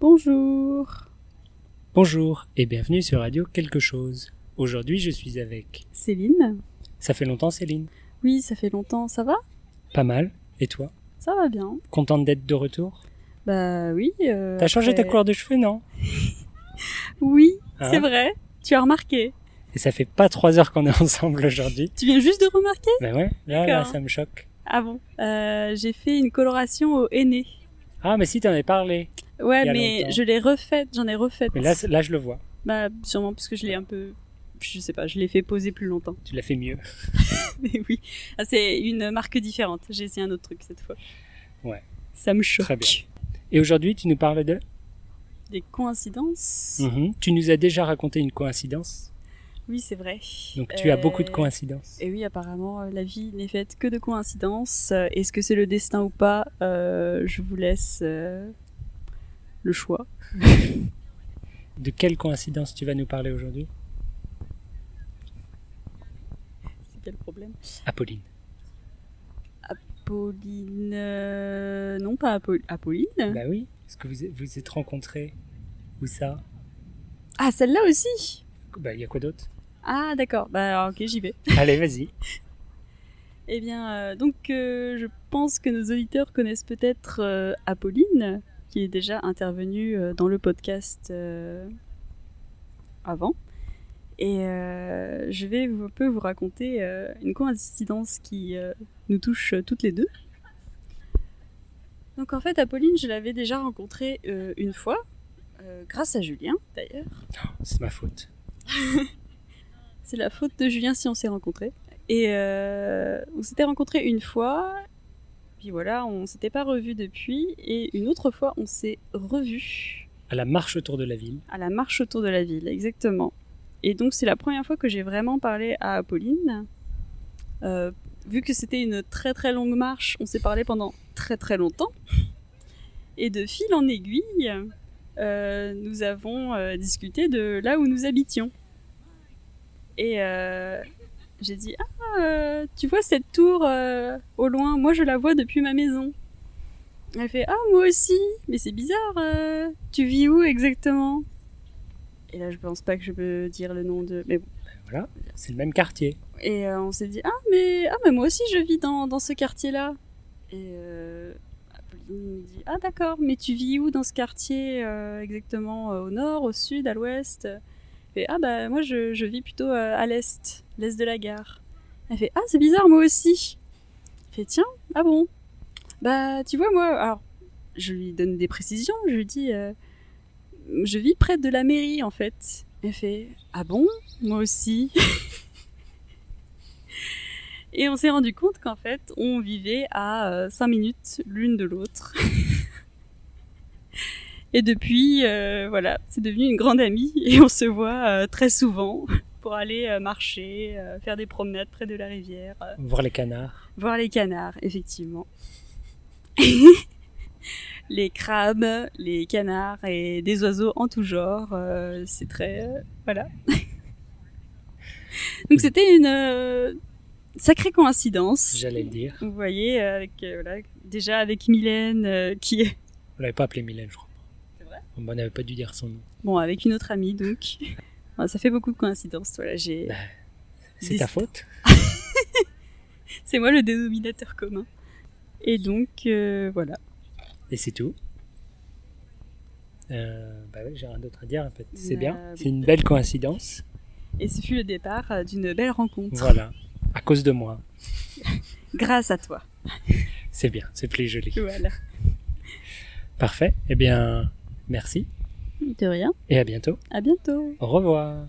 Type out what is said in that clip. Bonjour, Bonjour et bienvenue sur Radio Quelque chose. Aujourd'hui, je suis avec. Céline. Ça fait longtemps, Céline Oui, ça fait longtemps, ça va Pas mal. Et toi Ça va bien. Contente d'être de retour Bah oui. euh, T'as changé ta après- couleur de cheveux, non Oui, Hein c'est vrai. Tu as remarqué. Et ça fait pas trois heures qu'on est ensemble aujourd'hui. Tu viens juste de remarquer Ben ouais, là, là, D'accord. ça me choque. Ah bon Euh, J'ai fait une coloration au henné. Ah, mais si, t'en as parlé. Ouais, Il y a mais longtemps. je l'ai refaite, j'en ai refaite. Mais là, c'est- là je le vois. Bah sûrement parce que je l'ai un peu... Je sais pas, je l'ai fait poser plus longtemps. Tu l'as fait mieux. Mais oui, Ah, c'est une marque différente. J'ai essayé un autre truc cette fois. Ouais. Ça me choque. Très bien. Et aujourd'hui, tu nous parles de. Des coïncidences Mhm. Tu nous as déjà raconté une coïncidence. Oui, c'est vrai. Donc, tu as beaucoup de Euh, coïncidences. Et oui, apparemment, euh, la vie n'est faite que de coïncidences. Euh, Est-ce que c'est le destin ou pas Euh, Je vous laisse euh, le choix. De quelle coïncidence tu vas nous parler aujourd'hui C'est quel problème Apolline. Pauline. euh, Non, pas Apolline. Apolline Bah oui. Est-ce que vous vous êtes rencontrés Où ça Ah, celle-là aussi Bah, il y a quoi d'autre Ah, d'accord. Bah, ok, j'y vais. Allez, vas-y. Eh bien, euh, donc, euh, je pense que nos auditeurs connaissent peut-être euh, Apolline, qui est déjà intervenue euh, dans le podcast euh, avant. Et euh, je vais vous- un peu vous raconter euh, une coïncidence qui euh, nous touche euh, toutes les deux. Donc, en fait, Apolline, je l'avais déjà rencontrée euh, une fois, euh, grâce à Julien d'ailleurs. C'est ma faute. C'est la faute de Julien si on s'est rencontrés. Et euh, on s'était rencontrés une fois, puis voilà, on s'était pas revus depuis. Et une autre fois, on s'est revus À la marche autour de la ville. à la marche autour de la ville, exactement. Et donc c'est la première fois que j'ai vraiment parlé à Apolline. Euh, vu que c'était une très très longue marche, on s'est parlé pendant très très longtemps. Et de fil en aiguille, euh, nous avons euh, discuté de là où nous habitions. Et euh, j'ai dit, ah, euh, tu vois cette tour euh, au loin, moi je la vois depuis ma maison. Elle fait, ah, moi aussi, mais c'est bizarre, euh, tu vis où exactement Et là, je pense pas que je peux dire le nom de... Mais bon. C'est le même quartier. Et euh, on s'est dit, ah, mais, ah, mais moi aussi je vis dans, dans ce quartier-là. Et euh, Apolline me dit, ah, d'accord, mais tu vis où dans ce quartier euh, exactement euh, Au nord, au sud, à l'ouest fait Ah bah moi je, je vis plutôt euh, à l'est, l'est de la gare. Elle fait Ah c'est bizarre moi aussi. Elle fait Tiens, ah bon Bah tu vois moi, alors je lui donne des précisions, je lui dis euh, Je vis près de la mairie en fait. Elle fait Ah bon Moi aussi. Et on s'est rendu compte qu'en fait on vivait à 5 minutes l'une de l'autre. Et depuis, euh, voilà, c'est devenu une grande amie et on se voit euh, très souvent pour aller euh, marcher, euh, faire des promenades près de la rivière, euh, Voir les canards. voir les canards, effectivement. les crabes, les canards et des oiseaux en tout genre, euh, c'est très... euh, voilà. Donc c'était une euh, sacrée coïncidence. J'allais le dire. Vous voyez, euh, avec, euh, voilà, déjà avec Mylène euh, qui est... On l'avait pas appelé Mylène, je crois. bah, C'est vrai On n'avait pas dû dire son nom. Bon, avec une autre amie, donc. Enfin, ça fait beaucoup de coïncidences, voilà. J'ai... Bah, C'est ta Dis- faute C'est moi le dénominateur commun. Et donc, euh, voilà. Et c'est tout. Euh, bah ouais, j'ai rien d'autre à dire en fait. C'est Bah, bien. oui. C'est une belle coïncidence. Et ce fut le départ euh, d'une belle rencontre. Voilà. À cause de moi. Grâce à toi. C'est bien. C'est plus joli. Voilà. Parfait. Eh bien, merci. De rien. Et à bientôt. À bientôt. Au revoir.